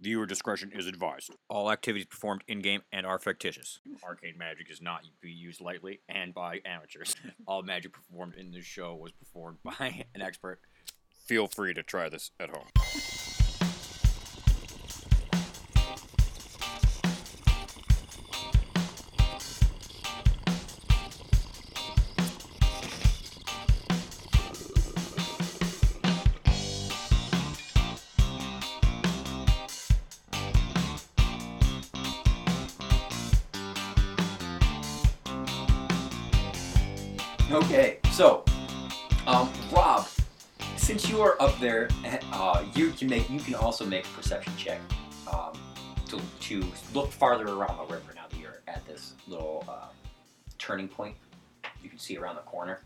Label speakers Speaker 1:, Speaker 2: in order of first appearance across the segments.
Speaker 1: Viewer discretion is advised. All activities performed in game and are fictitious. Arcade magic is not to be used lightly and by amateurs. All magic performed in this show was performed by an expert. Feel free to try this at home.
Speaker 2: Okay, so, um, Rob, since you are up there, uh, you can make you can also make a perception check um, to, to look farther around the river. Now that you're at this little uh, turning point, you can see around the corner.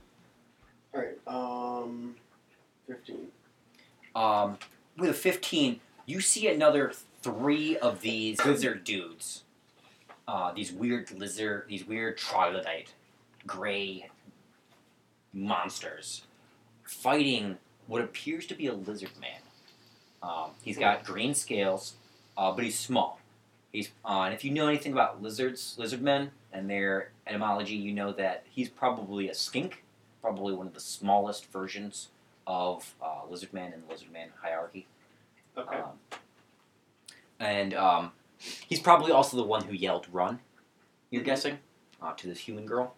Speaker 3: All right. Um, fifteen.
Speaker 2: Um, with a 15, you see another three of these lizard dudes. Uh, these weird lizard, these weird troglodyte, gray monsters, fighting what appears to be a lizard man. Um, he's got green scales, uh, but he's small. He's uh, and if you know anything about lizards, lizard men, and their etymology, you know that he's probably a skink, probably one of the smallest versions of uh, lizard man and the lizard man hierarchy.
Speaker 3: Okay.
Speaker 2: Um, and um, he's probably also the one who yelled "run."
Speaker 3: Mm-hmm.
Speaker 2: You're guessing uh, to this human girl,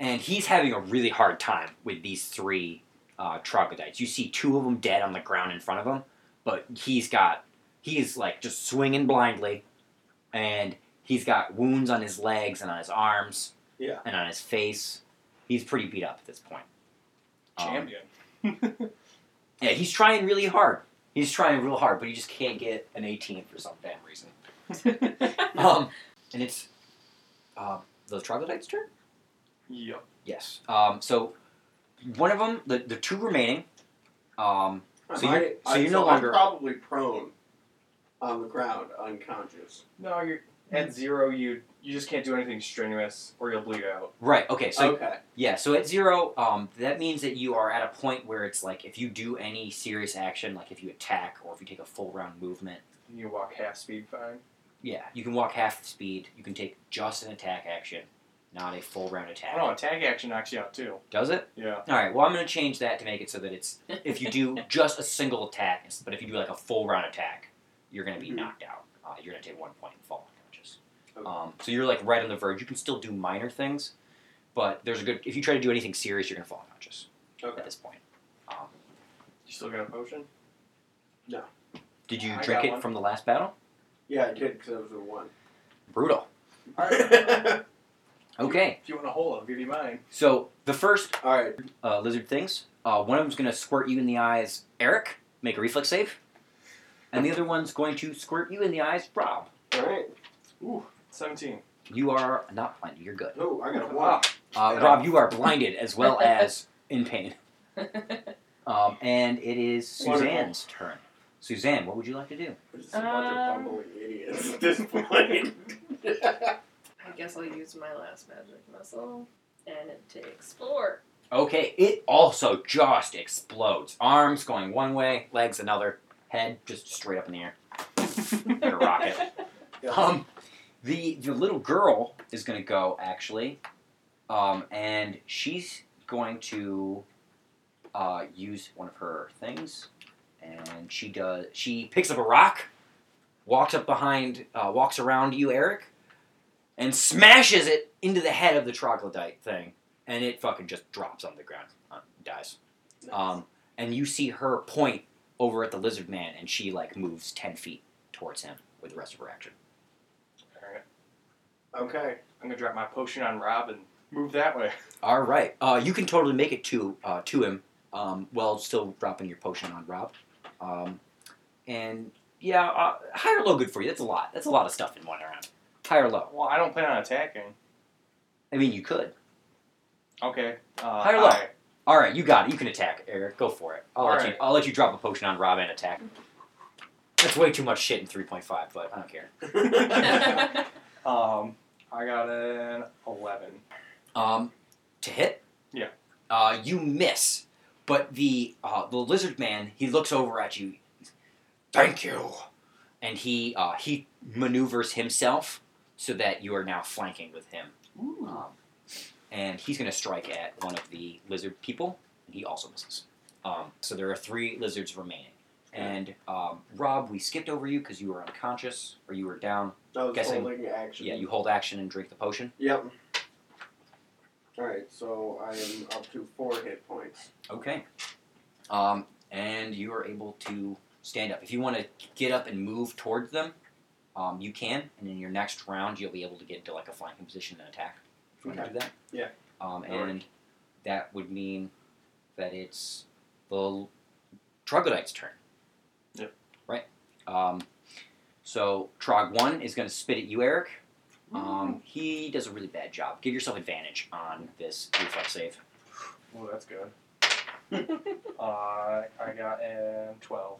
Speaker 2: and he's having a really hard time with these three uh, troglodytes. You see two of them dead on the ground in front of him, but he's got he's like just swinging blindly, and he's got wounds on his legs and on his arms
Speaker 3: Yeah.
Speaker 2: and on his face. He's pretty beat up at this point. Um, yeah, he's trying really hard. He's trying real hard, but he just can't get an 18 for some damn reason. um, and it's uh, the troglodyte's turn.
Speaker 3: yep.
Speaker 2: Yes. Um, so one of them, the the two remaining. Um, So
Speaker 3: Am
Speaker 2: you're-
Speaker 3: I,
Speaker 2: so
Speaker 3: I-
Speaker 2: you're no
Speaker 3: I'm
Speaker 2: longer-
Speaker 3: probably prone on the ground, unconscious.
Speaker 4: No, you're
Speaker 2: Mm.
Speaker 4: at zero. You you just can't do anything strenuous, or you'll bleed out.
Speaker 2: right. Okay. So
Speaker 3: okay.
Speaker 2: yeah. So at zero, um, that means that you are at a point where it's like if you do any serious action, like if you attack or if you take a full round movement,
Speaker 4: You walk half speed, fine.
Speaker 2: yeah, you can walk half speed. You can take just an attack action, not a full round attack.
Speaker 4: I don't know. Attack action knocks you out too.
Speaker 2: Does it?
Speaker 4: Yeah.
Speaker 2: All right. Well, I'm going to change that to make it so that it's if you do just a single attack, but if you do like a full round attack, you're going to be
Speaker 4: Mm-hmm.
Speaker 3: Mhm.
Speaker 2: knocked out. Uh, you're going to take one point and fall unconscious.
Speaker 3: Okay.
Speaker 2: Um, so you're like right on the verge. You can still do minor things, but there's a good. If you try to do anything serious, you're going to fall unconscious
Speaker 3: Okay.
Speaker 2: at this point. Um,
Speaker 4: You still got a potion?
Speaker 2: did you
Speaker 4: I
Speaker 2: drink
Speaker 4: got
Speaker 2: it
Speaker 4: one.
Speaker 2: from the last battle?
Speaker 3: Yeah, I did because I was the one.
Speaker 2: Brutal.
Speaker 3: All right.
Speaker 2: Okay.
Speaker 4: If you want a hole, I'll give you mine.
Speaker 2: So the first
Speaker 3: All right.
Speaker 2: uh, lizard things. Uh, one of them's going to squirt you in the eyes, Eric. Make a reflex save. And the other one's going to squirt you in the eyes, Rob.
Speaker 3: All right.
Speaker 4: Ooh, seventeen.
Speaker 2: You are not blinded. You're good.
Speaker 3: Oh, I got a one.
Speaker 4: Wow.
Speaker 2: Uh,
Speaker 3: Yeah.
Speaker 2: Rob, you are blinded as well as in pain. Um, and it is
Speaker 3: Wonderful.
Speaker 2: Suzanne's turn. Suzanne, what would you like to do?
Speaker 3: Just a bunch of
Speaker 5: Um,
Speaker 3: bumbling idiots at this point.
Speaker 5: I guess I'll use my last magic missile and it to explore.
Speaker 2: Okay, it also just explodes. Arms going one way, legs another, head just straight up in the air. Like a rocket.
Speaker 3: Yeah.
Speaker 2: Um, the the little girl is gonna go actually, um, and she's going to uh, use one of her things, and she does. She picks up a rock, walks up behind, uh, walks around you, Eric, and smashes it into the head of the troglodyte thing, and it fucking just drops on the ground, uh, dies. Um, and you see her point over at the lizard man, and she like moves ten feet towards him with the rest of her action.
Speaker 4: All right.
Speaker 3: okay.
Speaker 4: I'm gonna drop my potion on Rob and move that way.
Speaker 2: All right. Uh, you can totally make it to uh, to him um, while still dropping your potion on Rob. Um, and yeah, uh, high or low, good for you. That's a lot. That's a lot of stuff in one round. High or low?
Speaker 4: Well, I don't plan on attacking.
Speaker 2: I mean, you could.
Speaker 4: Okay. Uh,
Speaker 2: High or low?
Speaker 4: high.
Speaker 2: All right, you got it. You can attack, Eric. Go for it. I'll
Speaker 4: All
Speaker 2: let you.
Speaker 4: right.
Speaker 2: I'll let you drop a potion on Rob and attack. That's way too much shit in three point five, but I don't care.
Speaker 4: Um, I got an eleven.
Speaker 2: Um, to hit.
Speaker 4: Yeah.
Speaker 2: Uh, you miss, but the uh, the lizard man he looks over at you. Thank you, and he uh, he maneuvers himself so that you are now flanking with him.
Speaker 3: Ooh.
Speaker 2: Um, and he's going to strike at one of the lizard people, and he also misses. Um, so there are three lizards remaining. And um, Rob, we skipped over you because you were unconscious or you were down.
Speaker 3: That was
Speaker 2: Guessing.
Speaker 3: holding action.
Speaker 2: Yeah, you hold action and drink the potion.
Speaker 3: Yep. Alright, so I am up to four hit points.
Speaker 2: Okay. Um, and you are able to stand up. If you want to get up and move towards them, um, you can. And in your next round, you'll be able to get into like a flanking position and attack. If you want to do that.
Speaker 3: Yeah.
Speaker 2: Um,
Speaker 4: All right.
Speaker 2: and that would mean that it's the troglodyte's turn.
Speaker 4: Yep.
Speaker 2: Right. Um, so trog one is going to spit at you, Eric. Um, he does a really bad job. Give yourself advantage on this reflex save.
Speaker 4: Oh, that's good. uh, I got an 12.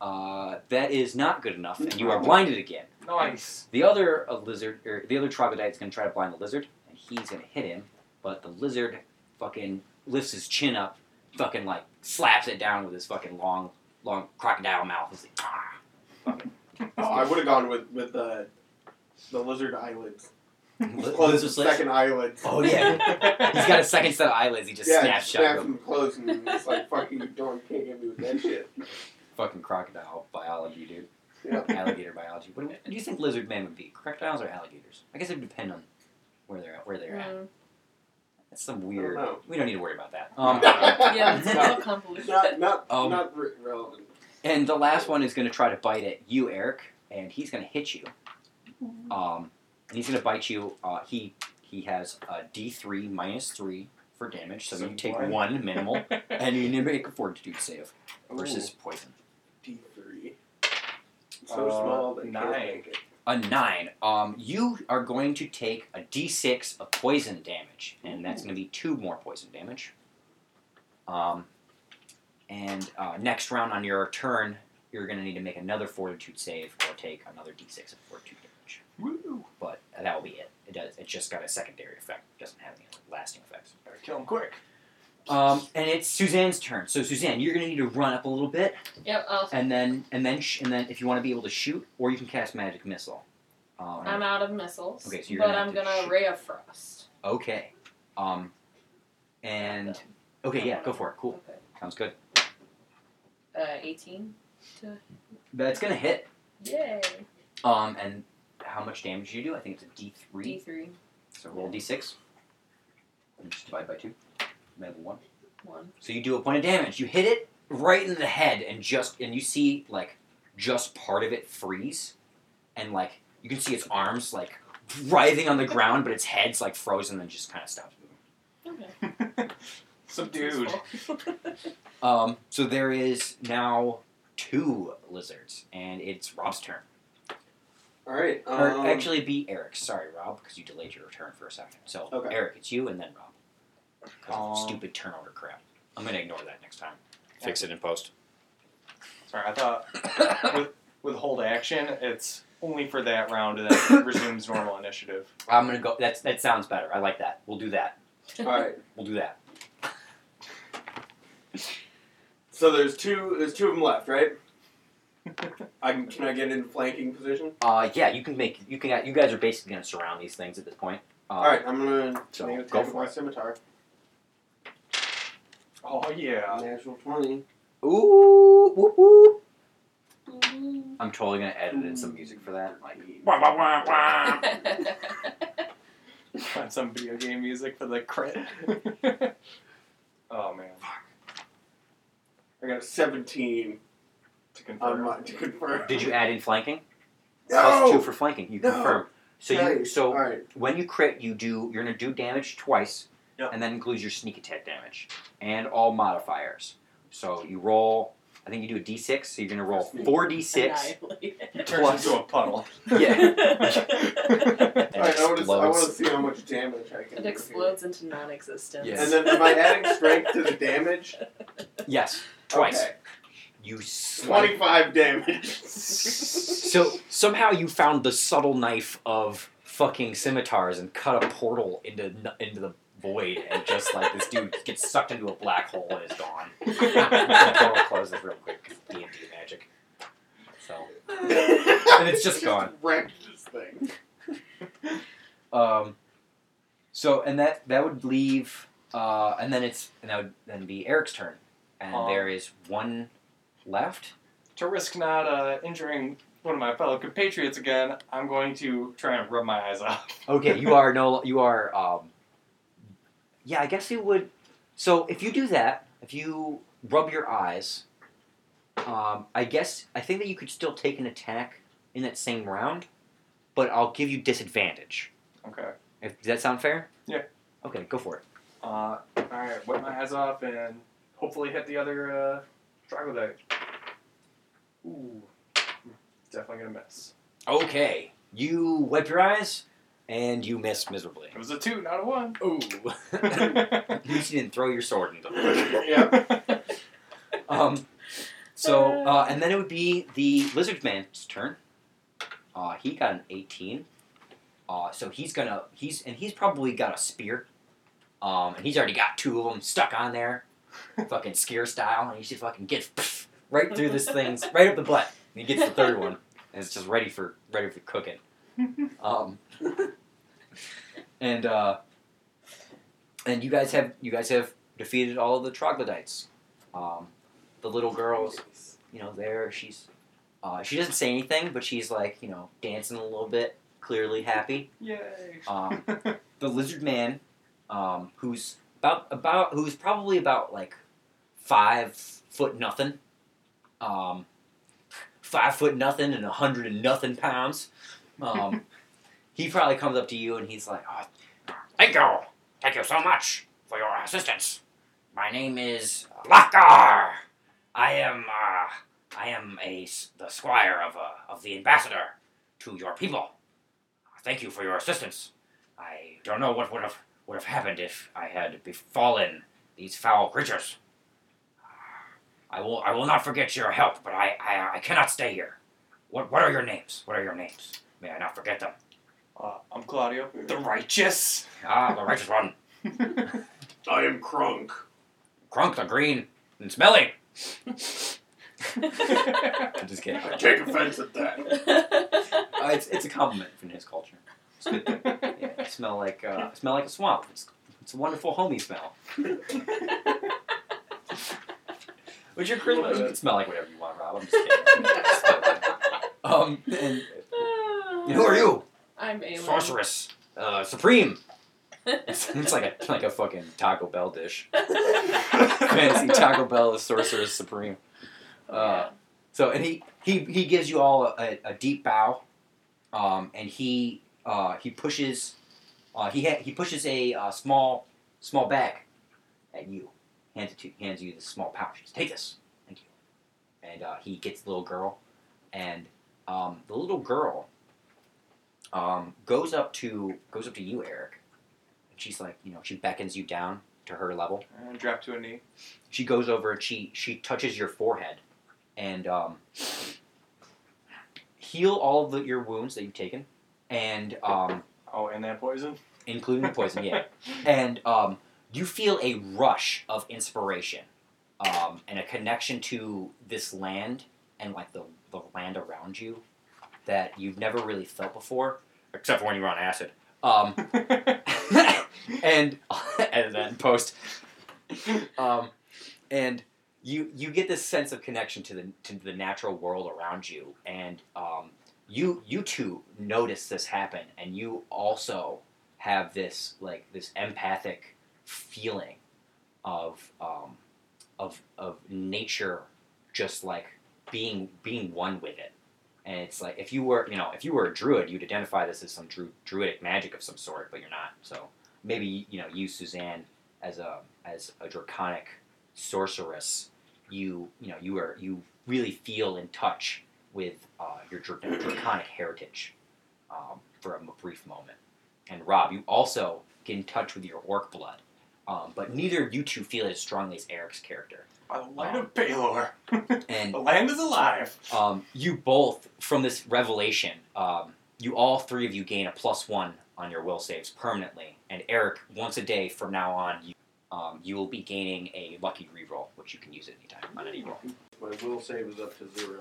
Speaker 2: Uh, that is not good enough, and you are blinded again.
Speaker 4: Nice.
Speaker 2: The other uh, lizard, or the other troglodyte's gonna try to blind the lizard, and he's gonna hit him, but the lizard fucking lifts his chin up, fucking like slaps it down with his fucking long, long crocodile mouth. It's like, "Ah."
Speaker 3: Oh, I would have gone with with the the lizard eyelids.
Speaker 2: Li-
Speaker 3: Close
Speaker 2: lizard
Speaker 3: the
Speaker 2: slips.
Speaker 3: Oh, second eyelids.
Speaker 2: Oh yeah, he's got a second set of eyelids. He just
Speaker 3: yeah,
Speaker 2: snaps shut.
Speaker 3: snapped
Speaker 2: real-
Speaker 3: them closed and it's like fucking you don't can't get me with that shit.
Speaker 2: Fucking crocodile biology, dude.
Speaker 3: Yeah.
Speaker 2: Alligator biology. What do, what do you think lizard men would be? Crocodiles or alligators? I guess it would depend on where they're at. Where they're at.
Speaker 5: Mm.
Speaker 2: That's some weird.
Speaker 3: know.
Speaker 2: We don't need to worry about that. Um,
Speaker 5: Yeah, it's all
Speaker 3: Not
Speaker 5: convoluted.
Speaker 3: not
Speaker 2: Um,
Speaker 3: not re- relevant.
Speaker 2: And the last one is going to try to bite at you, Eric, and he's going to hit you. Um, and he's going to bite you. Uh, he he has a D three minus three for damage, so,
Speaker 4: So
Speaker 2: you take
Speaker 4: one.
Speaker 2: one minimal, and you need to make a fortitude save versus poison.
Speaker 3: D three. So
Speaker 4: Uh,
Speaker 3: small that
Speaker 4: nine.
Speaker 3: can't make it.
Speaker 2: A nine. Um, you are going to take a D six of poison damage, and that's going to be two more poison damage. Um, and uh, next round on your turn, you're going to need to make another fortitude save or take another D six of fortitude damage.
Speaker 4: Woo.
Speaker 2: but that will be it. It does. It just got a secondary effect. It doesn't have any lasting effects.
Speaker 4: Better kill him quick.
Speaker 2: Um, and it's Suzanne's turn. So Suzanne, you're gonna need to run up a little bit,
Speaker 5: Yep, I'll,
Speaker 2: and then and then sh- and then if you want to be able to shoot, or you can cast magic missile. Um,
Speaker 5: I'm out of missiles.
Speaker 2: Okay, so you're
Speaker 5: but
Speaker 2: gonna have
Speaker 5: I'm
Speaker 2: to
Speaker 5: gonna
Speaker 2: shoot.
Speaker 5: ray of frost.
Speaker 2: okay. Um, and okay, yeah, go for it. Cool.
Speaker 5: Okay.
Speaker 2: Sounds good.
Speaker 5: Uh, 18.
Speaker 2: That's gonna hit.
Speaker 5: Yay.
Speaker 2: Um, and how much damage do you do? I think it's a D three.
Speaker 5: D3.
Speaker 2: So roll D six. And just divide by two. Level one.
Speaker 5: One.
Speaker 2: So you do a point of damage. You hit it right in the head, and just and you see like just part of it freeze, and like you can see its arms like writhing on the ground, but its head's like frozen and just kind of stops moving.
Speaker 5: Okay.
Speaker 4: Subdued.
Speaker 2: Um, so there is now two lizards, and it's Rob's turn.
Speaker 3: Alright, um,
Speaker 2: or actually, be Eric. Sorry, Rob, because you delayed your return for a second. So
Speaker 3: Okay.
Speaker 2: Eric, it's you, and then Rob. 'Cause of
Speaker 4: Um,
Speaker 2: stupid turnover crap. I'm gonna ignore that next time.
Speaker 1: Fix it in post.
Speaker 4: Sorry, I thought with, with hold action, it's only for that round and then it resumes normal initiative.
Speaker 2: I'm gonna go. That's that sounds better. I like that. We'll do that.
Speaker 3: Alright.
Speaker 2: We'll do that.
Speaker 3: So there's two there's two of them left, right? I can can I get in flanking position?
Speaker 2: Uh, yeah, you can make you can you guys are basically gonna surround these things at this point. Um,
Speaker 3: Alright, I'm gonna
Speaker 2: so,
Speaker 3: make an
Speaker 2: go
Speaker 3: attack with
Speaker 2: for
Speaker 3: my
Speaker 2: it.
Speaker 3: scimitar.
Speaker 4: Oh, yeah.
Speaker 3: Natural twenty.
Speaker 2: Ooh, whoop, whoop. I'm totally gonna edit in some music for that. Like, wah, wah, wah, wah.
Speaker 4: Find some video game music for the crit. oh, man.
Speaker 3: I got a seventeen
Speaker 4: To
Speaker 3: on
Speaker 4: confirm.
Speaker 3: my to confirm.
Speaker 2: Did you add in flanking?
Speaker 3: no!
Speaker 2: Plus two for flanking. You
Speaker 3: No.
Speaker 2: confirm. So you
Speaker 3: Nice.
Speaker 2: so
Speaker 3: Alright.
Speaker 2: when you crit, you do you're gonna do damage twice,
Speaker 4: Yeah.
Speaker 2: and that includes your sneak attack damage and all modifiers. So you roll. I think you do a d6. So you're gonna roll four d6.
Speaker 4: It turns
Speaker 2: plus-
Speaker 4: into a puddle.
Speaker 2: Yeah.
Speaker 5: it
Speaker 2: And
Speaker 3: Alright, I wanna, I wanna
Speaker 2: explodes.
Speaker 3: see how much damage I can do here.
Speaker 5: explodes into non existence.
Speaker 2: Yes.
Speaker 3: And then am I adding strength to the damage?
Speaker 2: Yes, twice.
Speaker 3: Okay.
Speaker 2: You swipe
Speaker 3: Twenty five damage.
Speaker 2: so somehow you found the subtle knife of fucking scimitars and cut a portal into into the void and just like this dude gets sucked into a black hole and is gone. the portal closes real quick. D and D magic. So And it's just gone.
Speaker 3: Wrecked this thing.
Speaker 2: Um, so and that that would leave, uh, and then it's and that would then be Eric's turn, and
Speaker 4: Um.
Speaker 2: there is one left.
Speaker 4: to risk not uh, injuring one of my fellow compatriots again, I'm going to try and rub my eyes out.
Speaker 2: Okay, you are no, you are. Um, yeah, I guess you would. So if you do that, if you rub your eyes, um, I guess I think that you could still take an attack in that same round, but I'll give you disadvantage.
Speaker 4: Okay.
Speaker 2: If, does that sound fair?
Speaker 4: Yeah.
Speaker 2: Okay, go for it.
Speaker 4: Uh, all right, wipe my eyes off and hopefully hit the other uh, troglodyte. Ooh, definitely gonna miss.
Speaker 2: Okay, you wipe your eyes, and you miss miserably.
Speaker 4: It was a two, not a one.
Speaker 2: Ooh. At least you didn't throw your sword into them.
Speaker 3: yeah.
Speaker 2: Um, so, uh, and then it would be the lizard man's turn. Uh, he got an 18. Uh, so he's gonna, he's, and he's probably got a spear. Um, and he's already got two of them stuck on there, fucking scare style, and he just fucking gets pff, right through this thing's, right up the butt. And he gets the third one, and it's just ready for, ready for cooking. Um, and, uh, and you guys have, you guys have defeated all the troglodytes. Um, the little girls you know, there she's uh, she doesn't say anything, but she's like, you know, dancing a little bit, clearly happy.
Speaker 4: Yay.
Speaker 2: Um,
Speaker 4: uh,
Speaker 2: the lizard man, um, who's about about who's probably about like five foot nothing, um, five foot nothing and a hundred and nothing pounds. Um, he probably comes up to you and he's like, oh, "Thank you, thank you so much for your assistance. My name is Lockar. I am uh, I am a s- the squire of uh, of the ambassador to your people. Thank you for your assistance." I don't know what would have would have happened if I had befallen these foul creatures. I will I will not forget your help, but I I, I cannot stay here. What what are your names? What are your names? May I not forget them?
Speaker 4: Uh, I'm Claudio, the righteous.
Speaker 2: Ah, the righteous one,
Speaker 3: I am Krunk.
Speaker 2: Crunk the Green and Smelly. Uh,
Speaker 4: That's
Speaker 2: I'm just kidding.
Speaker 3: I take offense at that.
Speaker 2: Uh, it's it's a compliment from his culture. Yeah, smell like uh, smell like a swamp. It's, it's a wonderful homey smell. Would your Christmas? You can smell like whatever you want, Rob. I'm just kidding. um, and who are you?
Speaker 5: I'm Aelin.
Speaker 2: Sorceress, uh, supreme. It's, it's like a like a fucking Taco Bell dish. Fantasy Taco Bell is sorceress supreme.
Speaker 5: Oh,
Speaker 2: Uh, So and he he he gives you all a, a deep bow, um, and he uh, he pushes uh, he ha- he pushes a uh, small small bag at you, hands it to hands you this small pouch. He says, Take this, thank you. And uh, he gets the little girl, and um, the little girl um, goes up to goes up to you, Eric, and she's like, you know, she beckons you down to her level
Speaker 4: And drop to a knee.
Speaker 2: she goes over and she she touches your forehead and um, heal all of the, your wounds that you've taken and um,
Speaker 4: Oh, and that poison.
Speaker 2: including the poison yeah and um, you feel a rush of inspiration um, and a connection to this land and like the, the land around you that you've never really felt before except for when you were on acid um, and and then post. Um, and you you get this sense of connection to the to the natural world around you, and um, you you two notice this happen, and you also have this like this empathic feeling of um, of of nature, just like being being one with it. And it's like if you were, you know, if you were a druid, you'd identify this as some dru- druidic magic of some sort, but you're not. So maybe you know you Suzanne as a as a draconic sorceress you you know you are you really feel in touch with uh, your dra- draconic heritage um, for a m- brief moment and Rob you also get in touch with your orc blood um, but neither of you two feel it as strongly as Eric's character
Speaker 4: By the light of Baylor,
Speaker 2: and
Speaker 4: the land is alive.
Speaker 2: um, you both from this revelation um, you all three of you gain a plus one on your will saves permanently and eric once a day from now on you, um, you will be gaining a lucky reroll which you can use at any time on any roll
Speaker 3: My will save is up to zero.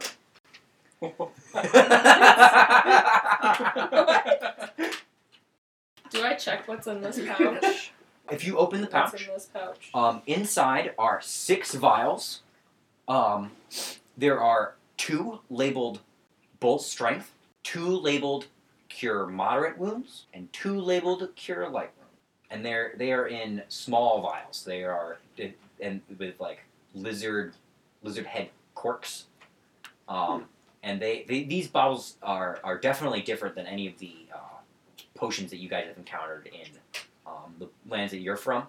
Speaker 5: Do I check what's in this pouch?
Speaker 2: If you open the
Speaker 5: What's
Speaker 2: pouch,
Speaker 5: in this pouch?
Speaker 2: um, inside are six vials. Um, there are two labeled bull strength, two labeled cure moderate wounds, and two labeled cure light wounds. And they're they are in small vials. They are it- and with like lizard lizard head corks. Um, and they, they these bottles are are definitely different than any of the uh, potions that you guys have encountered in um, the lands that you're from.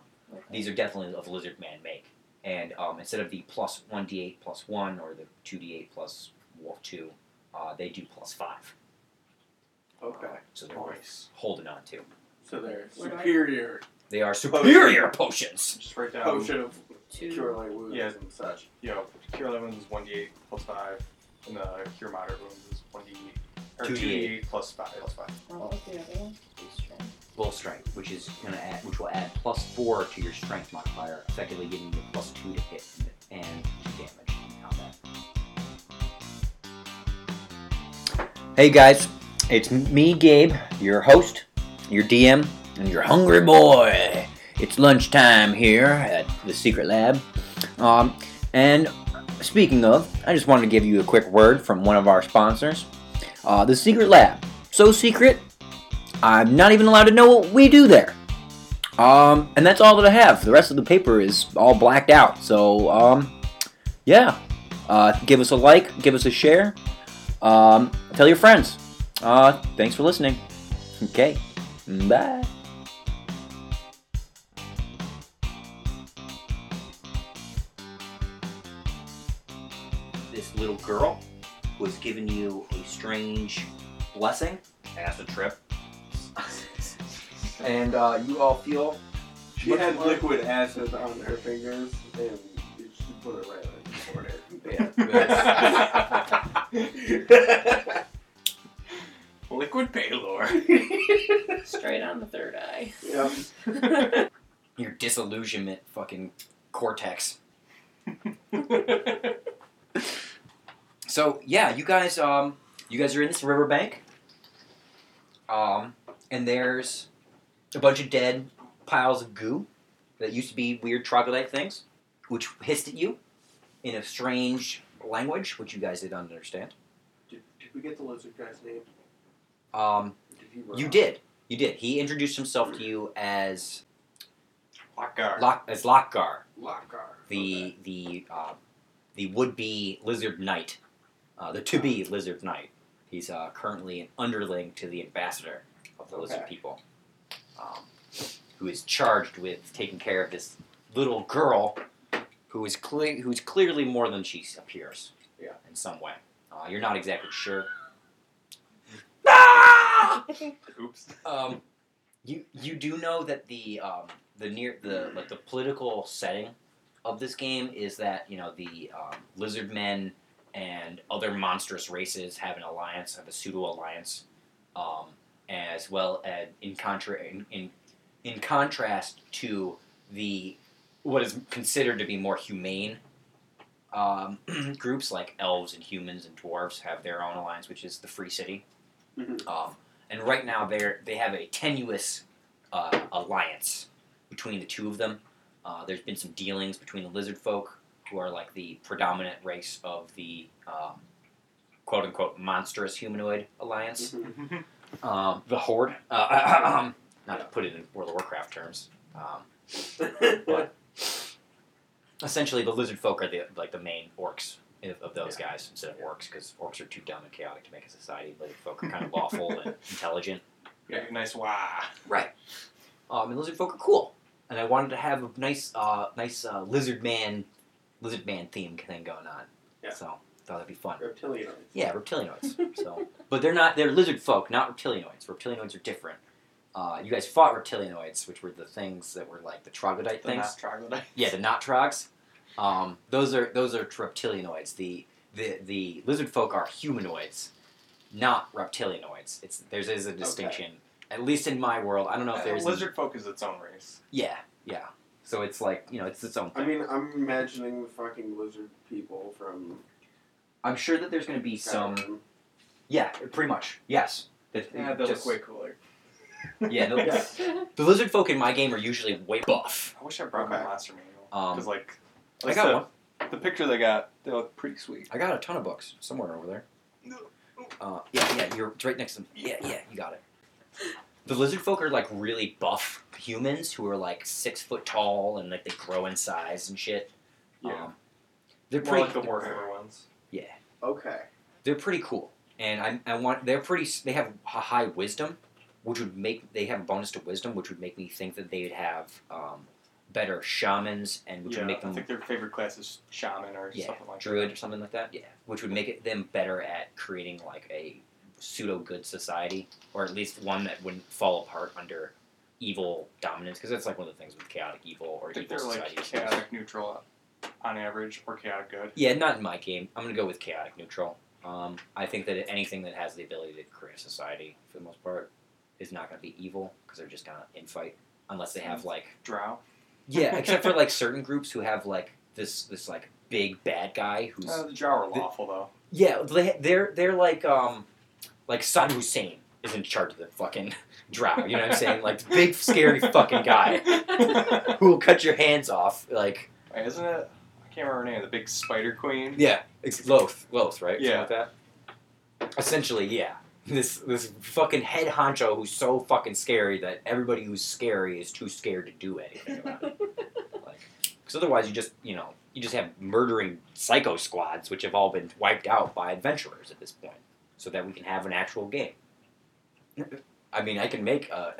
Speaker 2: These are definitely of lizard man make. And um, instead of the plus 1d8 plus 1 or the 2d8 plus wa- 2, uh, they do plus 5.
Speaker 3: okay.
Speaker 2: So they're worth
Speaker 3: Nice.
Speaker 2: holding on to.
Speaker 3: So they're
Speaker 5: Would I-
Speaker 3: superior
Speaker 2: They are superior potions!
Speaker 4: Just write down.
Speaker 3: potion of cure
Speaker 5: Two.
Speaker 3: like wounds
Speaker 4: Yeah.
Speaker 3: and such.
Speaker 4: You know, cure light wounds is one d eight plus five, and the cure moderate wounds is one d eight or two
Speaker 2: 2d8.
Speaker 4: d eight plus five. Plus five.
Speaker 5: What was the other one? Just check.
Speaker 2: Bull strength, which is gonna add, which will add plus 4 to your strength modifier, effectively giving you plus 2 to hit and to damage in combat. Hey guys, it's me, Gabe, your host, your DM, and your hungry boy. It's lunchtime here at the Secret Lab. Um, and speaking of, I just wanted to give you a quick word from one of our sponsors, uh, the Secret Lab. So secret, I'm not even allowed to know what we do there. Um, and that's all that I have. The rest of the paper is all blacked out. So, um, yeah. Uh, give us a like, give us a share, um, tell your friends. Uh, thanks for listening. Okay, bye. This little girl was giving you a strange blessing. Acid trip. and uh, you all feel
Speaker 3: She
Speaker 2: Much
Speaker 3: had
Speaker 2: more-
Speaker 3: liquid acid on her fingers and she put it right on
Speaker 2: yeah,
Speaker 3: her
Speaker 4: Liquid Baylor.
Speaker 5: Straight on the third eye.
Speaker 3: Yeah.
Speaker 2: your disillusionment fucking cortex. So yeah, you guys um you guys are in this riverbank. Um and there's a bunch of dead piles of goo that used to be weird troglodyte things, which hissed at you in a strange language, which you guys didn't understand.
Speaker 3: Did, did we get the lizard guy's name?
Speaker 2: Um
Speaker 3: Did he run
Speaker 2: you
Speaker 3: off?
Speaker 2: did. You did. He introduced himself to you as
Speaker 4: Lockhart.
Speaker 2: Lock as Lockgar.
Speaker 3: Lockhart.
Speaker 2: the the uh, the would be lizard knight, uh, the to
Speaker 3: Uh-huh.
Speaker 2: be lizard knight. He's uh, currently an underling to the ambassador of the lizard
Speaker 3: Okay.
Speaker 2: people, um, who is charged with taking care of this little girl, who is cle- who's clearly more than she appears.
Speaker 3: Yeah.
Speaker 2: In some way, uh, you're not exactly sure.
Speaker 4: Oops.
Speaker 2: Um, you you do know that the um, the near the like the political setting of this game is that you know the um, lizard men and other monstrous races have an alliance, have a pseudo alliance, um, as well as in contra in, in in contrast to the what is considered to be more humane um, groups like elves and humans and dwarves have their own alliance, which is the Free City.
Speaker 3: Mhm.
Speaker 2: Um, and right now they are they have a tenuous uh, alliance between the two of them. Uh, there's been some dealings between the lizard folk, who are like the predominant race of the um, quote unquote monstrous humanoid alliance,
Speaker 3: Mhm.
Speaker 2: um, the Horde. Uh, not to put it in World of Warcraft terms, um,
Speaker 3: Mm-hmm.
Speaker 2: but essentially the lizard folk are the like the main orcs of, of those guys instead of orcs because orcs are too dumb and chaotic to make a society. Lizard folk are kind of lawful and intelligent.
Speaker 4: Yeah, nice wah.
Speaker 2: Right. Um, and lizard folk are cool. And I wanted to have a nice, uh, nice uh, lizard man, lizard man theme thing going on.
Speaker 3: Yeah.
Speaker 2: So thought that'd be fun.
Speaker 3: Reptilian.
Speaker 2: Yeah, reptilioids. so, but they're not. They're lizard folk, not reptilioids. Reptilioids are different. Uh, you guys fought reptilioids, which were the things that were like the troglodyte
Speaker 4: The
Speaker 2: things.
Speaker 4: not troglodyte.
Speaker 2: Yeah, the not trogs. Um, those are those are reptilioids. The the the lizard folk are humanoids, not reptilioids. It's there's is a distinction. At least in my world, I don't know if there's
Speaker 4: Lizard folk is its own race.
Speaker 2: Yeah, yeah. So it's like you know, it's its own
Speaker 3: I
Speaker 2: thing.
Speaker 3: mean, I'm imagining the fucking lizard people from
Speaker 2: I'm sure that there's going to be some. Yeah, pretty much. Yes. That-
Speaker 4: Yeah, that
Speaker 2: just-
Speaker 4: looks way cooler.
Speaker 2: Yeah, the,
Speaker 4: Yeah.
Speaker 2: the lizard folk in my game are usually way buff.
Speaker 6: I wish I brought
Speaker 3: Okay.
Speaker 6: my blaster manual
Speaker 2: Um,
Speaker 6: because like
Speaker 2: I got
Speaker 6: the, the picture they got they look pretty sweet.
Speaker 2: I got a ton of books somewhere over there.
Speaker 6: No.
Speaker 2: Uh, yeah, yeah, you're it's right next to them. Yeah, yeah, you got it. The lizard folk are like really buff humans who are like six foot tall and like they grow in size and shit.
Speaker 4: Yeah.
Speaker 2: Um, they're
Speaker 4: More
Speaker 2: pretty.
Speaker 4: like the Warhammer ones.
Speaker 3: Okay.
Speaker 2: they're pretty cool, and I, I want they're pretty. s- They have a high wisdom, which would make they have a bonus to wisdom, which would make me think that they'd have um, better shamans, and which
Speaker 6: yeah,
Speaker 2: would make
Speaker 6: I
Speaker 2: them
Speaker 6: think their favorite class is shaman or
Speaker 2: Yeah,
Speaker 6: something like
Speaker 2: druid or something like that. Yeah, which would make it them better at creating like a pseudo good society, or at least one that wouldn't fall apart under evil dominance, because that's like one of the things with chaotic evil or
Speaker 6: that. I think
Speaker 2: evil
Speaker 6: they're like
Speaker 2: society.
Speaker 6: chaotic neutral on average or chaotic good.
Speaker 2: Yeah, not in my game. I'm gonna go with chaotic neutral. Um, I think that anything that has the ability to create a society, for the most part, is not gonna be evil because they're just gonna infight unless they have like
Speaker 6: Drow.
Speaker 2: yeah, except for like certain groups who have like this this like big bad guy who's
Speaker 6: Uh, the drow are
Speaker 2: The-
Speaker 6: lawful though.
Speaker 2: Yeah, they, they're they're like um, like Saddam Hussein is in charge of the fucking drow. You know what I'm saying? Like the big scary fucking guy who will cut your hands off. Like
Speaker 6: Wait, isn't it? I can't remember her name. The big spider queen.
Speaker 2: yeah, it's Loth, Loth, right? Something
Speaker 6: Yeah.
Speaker 2: like that. Essentially, yeah. This this fucking head honcho who's so fucking scary that everybody who's scary is too scared to do anything about it. Like, because otherwise you just you know you just have murdering psycho squads which have all been wiped out by adventurers at this point, so that we can have an actual game. I mean, I can make a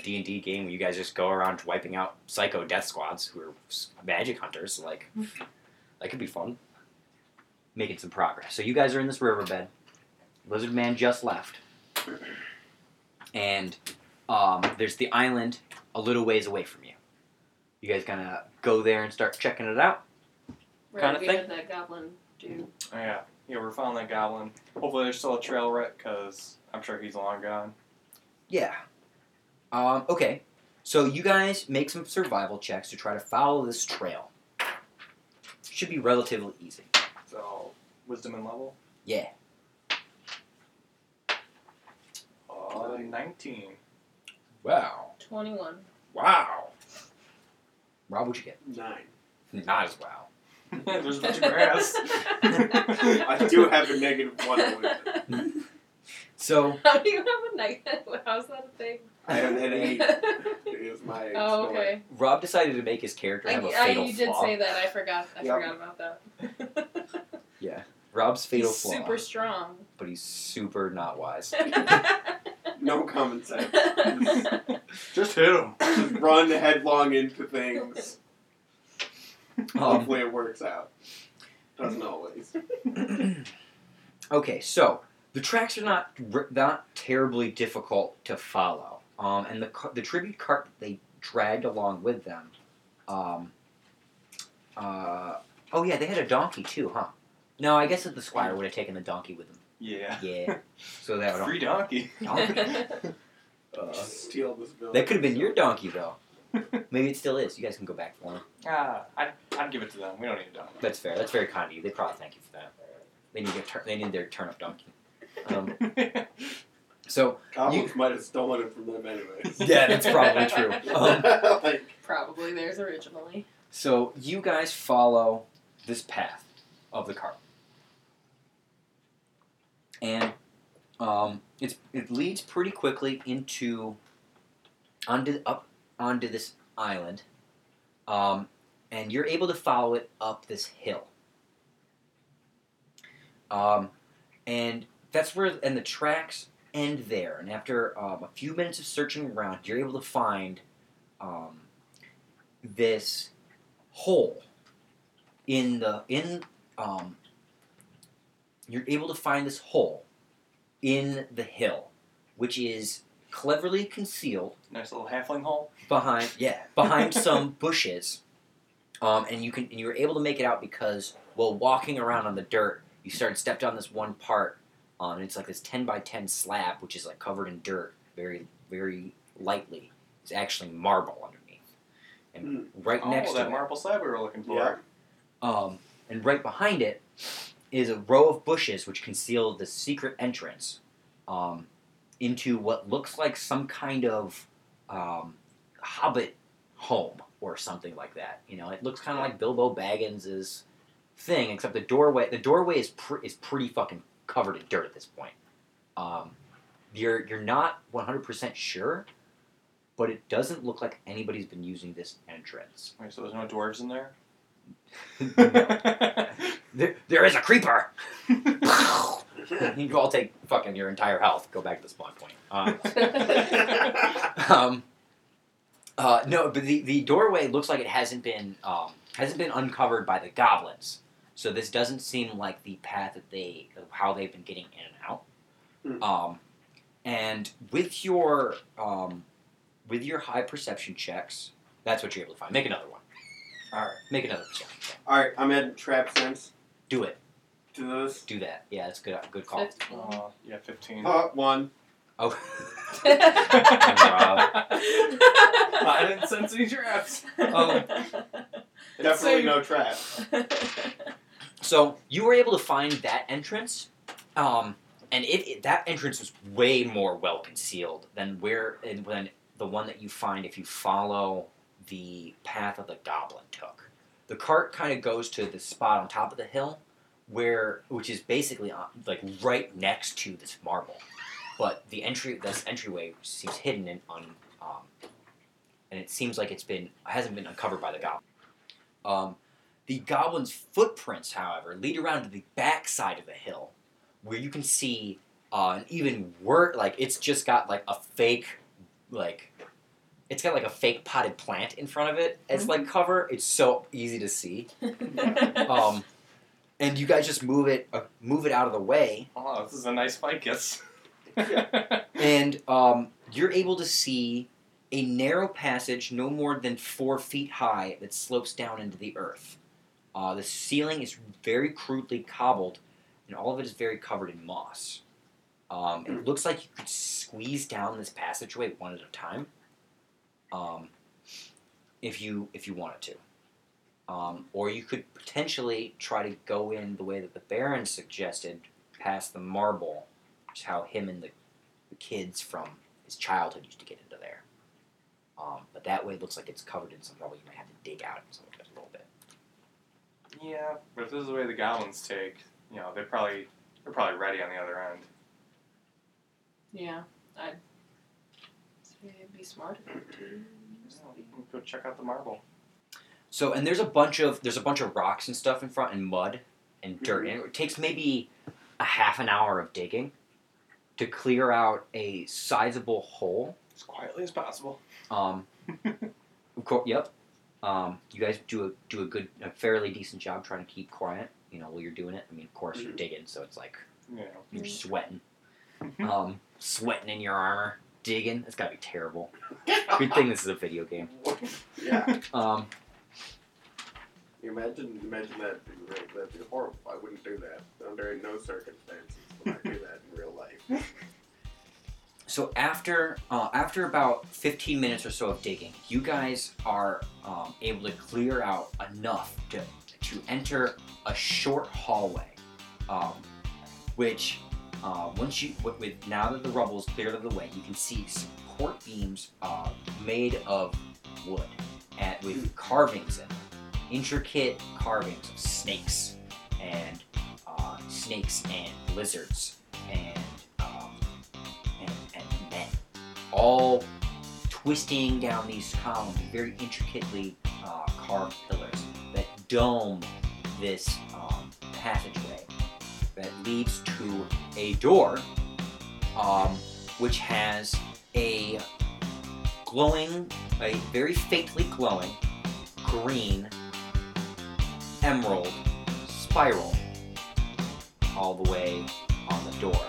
Speaker 2: D and D game where you guys just go around wiping out psycho death squads who are s- magic hunters. Like, that could be fun. Making some progress. So you guys are in this riverbed. Lizard Man just left, and um, there's the island a little ways away from you. You guys gonna go there and start checking it out?
Speaker 5: We're
Speaker 2: Kinda
Speaker 5: gonna
Speaker 2: thing.
Speaker 5: get that goblin dude.
Speaker 6: Oh, yeah. Yeah, we're following that goblin. Hopefully, there's still a trail wreck because I'm sure he's long gone.
Speaker 2: Yeah. Um, okay. So you guys make some survival checks to try to follow this trail. Should be relatively easy.
Speaker 6: So wisdom and level.
Speaker 2: Yeah.
Speaker 6: Uh, Nineteen.
Speaker 2: Wow.
Speaker 5: Twenty-one.
Speaker 2: Wow. Rob, what'd you
Speaker 3: Nine.
Speaker 2: get? Not as wow.
Speaker 6: there's a bunch of grass.
Speaker 3: I do have a negative one. movement.
Speaker 2: So
Speaker 5: How do Oh, you have a negative? How's that a thing?
Speaker 3: I haven't had any. It is my.
Speaker 5: oh,
Speaker 3: score.
Speaker 5: okay.
Speaker 2: Rob decided to make his character
Speaker 5: I,
Speaker 2: have a
Speaker 5: I,
Speaker 2: fatal
Speaker 5: you did
Speaker 2: flaw.
Speaker 5: say that. I forgot. I
Speaker 3: Yeah.
Speaker 5: forgot about that.
Speaker 2: Rob's fatal
Speaker 5: He's
Speaker 2: flaw,
Speaker 5: super strong.
Speaker 2: but he's super not wise.
Speaker 3: No common sense.
Speaker 6: Just hit him.
Speaker 3: Just run headlong into things.
Speaker 6: Oh,
Speaker 2: Um,
Speaker 3: Hopefully it works out. Doesn't always.
Speaker 2: okay, so the tracks are not r- not terribly difficult to follow, um, and the car- the tribute cart that they dragged along with them. Um, uh, oh yeah, they had a donkey too, huh? No, I guess that the squire would have taken the donkey with him.
Speaker 6: Yeah.
Speaker 2: Yeah, so that would
Speaker 6: Free donkey.
Speaker 2: donkey.
Speaker 3: Just
Speaker 2: Uh,
Speaker 3: Steal this village.
Speaker 2: that could have been your donkey though. Maybe it still is. You guys can go back for him.
Speaker 6: Ah, I'd, I'd give it to them. We don't need a donkey.
Speaker 2: That's fair. That's very kind of you. They probably thank you for that. They need their tur- they need their turnip donkey. Um, so
Speaker 3: Goblins might have stolen it from them anyways.
Speaker 2: Yeah, that's probably true. Um,
Speaker 3: like,
Speaker 5: Probably theirs originally.
Speaker 2: so you guys follow this path of the cart, and um, it's it leads pretty quickly into onto up onto this island, um, and you're able to follow it up this hill. Um, and that's where and the tracks end there. And after um, a few minutes of searching around, you're able to find um, this hole in the in um, you're able to find this hole in the hill, which is cleverly concealed
Speaker 6: nice little halfling hole.
Speaker 2: behind yeah behind some bushes um, and you can and you were able to make it out because while walking around on the dirt you started stepped on this one part um, and it's like this 10 by 10 slab which is like covered in dirt very very lightly it's actually marble underneath and right
Speaker 6: oh,
Speaker 2: next
Speaker 6: that
Speaker 2: to it
Speaker 6: marble slab we were looking for.
Speaker 3: Yeah.
Speaker 2: um, and right behind it is a row of bushes which conceal the secret entrance um, into what looks like some kind of um, hobbit home or something like that. You know, it looks kind of like Bilbo Baggins's thing, except the doorway. The doorway is pr- is pretty fucking covered in dirt at this point. Um, you're you're not one hundred percent sure, but it doesn't look like anybody's been using this entrance.
Speaker 6: Wait, so there's no dwarves in there?
Speaker 2: There, there is a creeper. you all take fucking your entire health. Go back to the spawn point. Um, um, uh, no, but the, the doorway looks like it hasn't been um, hasn't been uncovered by the goblins. So this doesn't seem like the path that they of how they've been getting in and out.
Speaker 6: Hmm.
Speaker 3: Mm.
Speaker 2: Um, and with your um, with your high perception checks, that's what you're able to find. Make another one.
Speaker 6: All right.
Speaker 2: Make another perception check.
Speaker 3: All right, I'm adding trap sense
Speaker 2: Do it.
Speaker 3: to this.
Speaker 2: Do that. Yeah, that's good. Good call.
Speaker 5: Fifteen.
Speaker 6: Uh, yeah, 15.
Speaker 3: Uh, one.
Speaker 2: Oh, uh,
Speaker 6: I didn't sense any traps.
Speaker 2: Oh.
Speaker 3: Definitely
Speaker 6: safe.
Speaker 3: no trap.
Speaker 2: so you were able to find that entrance, um, and it, it- that entrance was way more well concealed than where and than the one that you find if you follow the path that the goblin took. The cart kind of goes to the spot on top of the hill, where which is basically on, like right next to this marble, but the entry this entryway seems hidden and un, um, and it seems like it's been hasn't been uncovered by the goblin. Um, the goblin's footprints, however, lead around to the backside of the hill, where you can see uh, an even worse. Like it's just got like a fake, like it's got like a fake potted plant in front of it. It's like cover. It's so easy to see. Um, and you guys just move it, uh, move it out of the way,
Speaker 6: Oh, this is a nice ficus.
Speaker 2: and um, you're able to see a narrow passage no more than four feet high that slopes down into the earth. Uh, the ceiling is very crudely cobbled, and all of it is very covered in moss. Um, it looks like you could squeeze down this passageway one at a time, um, if you if you wanted to, um, or you could potentially try to go in the way that the Baron suggested, past the marble, which is how him and the the kids from his childhood used to get into there. Um, but that way, it looks like it's covered in some rubble. You might have to dig out in some of it a little bit.
Speaker 6: Yeah, but if this is the way the goblins take, you know, they probably they're probably ready on the other end.
Speaker 5: yeah, I'd say it'd be smart if it did.
Speaker 6: Go check out the marble.
Speaker 2: So, and there's a bunch of there's a bunch of rocks and stuff in front, and mud and dirt, and it takes maybe a half an hour of digging to clear out a sizable hole.
Speaker 6: As quietly as possible.
Speaker 2: Um, of course, yep. Um, you guys do a do a good, a fairly decent job trying to keep quiet. You know, while you're doing it. I mean, of course, you're digging, so it's like
Speaker 6: You know.
Speaker 2: You're sweating. um, sweating in your armor, digging. That's gotta be terrible. Good thing this is a video game.
Speaker 3: Yeah.
Speaker 2: Um,
Speaker 3: You imagine, imagine that'd be great. That'd be horrible. I wouldn't do that under no circumstances. Would I do that in real life?
Speaker 2: so after uh, after about 15 minutes or so of digging, you guys are um, able to clear out enough to to enter a short hallway, um, which uh, once you with, with now that the rubble's cleared out of the way, you can see support beams uh, made of wood at, with carvings in them, intricate carvings of snakes and uh, snakes and lizards and um, and, and men, all twisting down these columns, very intricately uh, carved pillars that dome this um, passageway that leads to a door, um, which has a glowing, a very faintly glowing green emerald spiral all the way on the door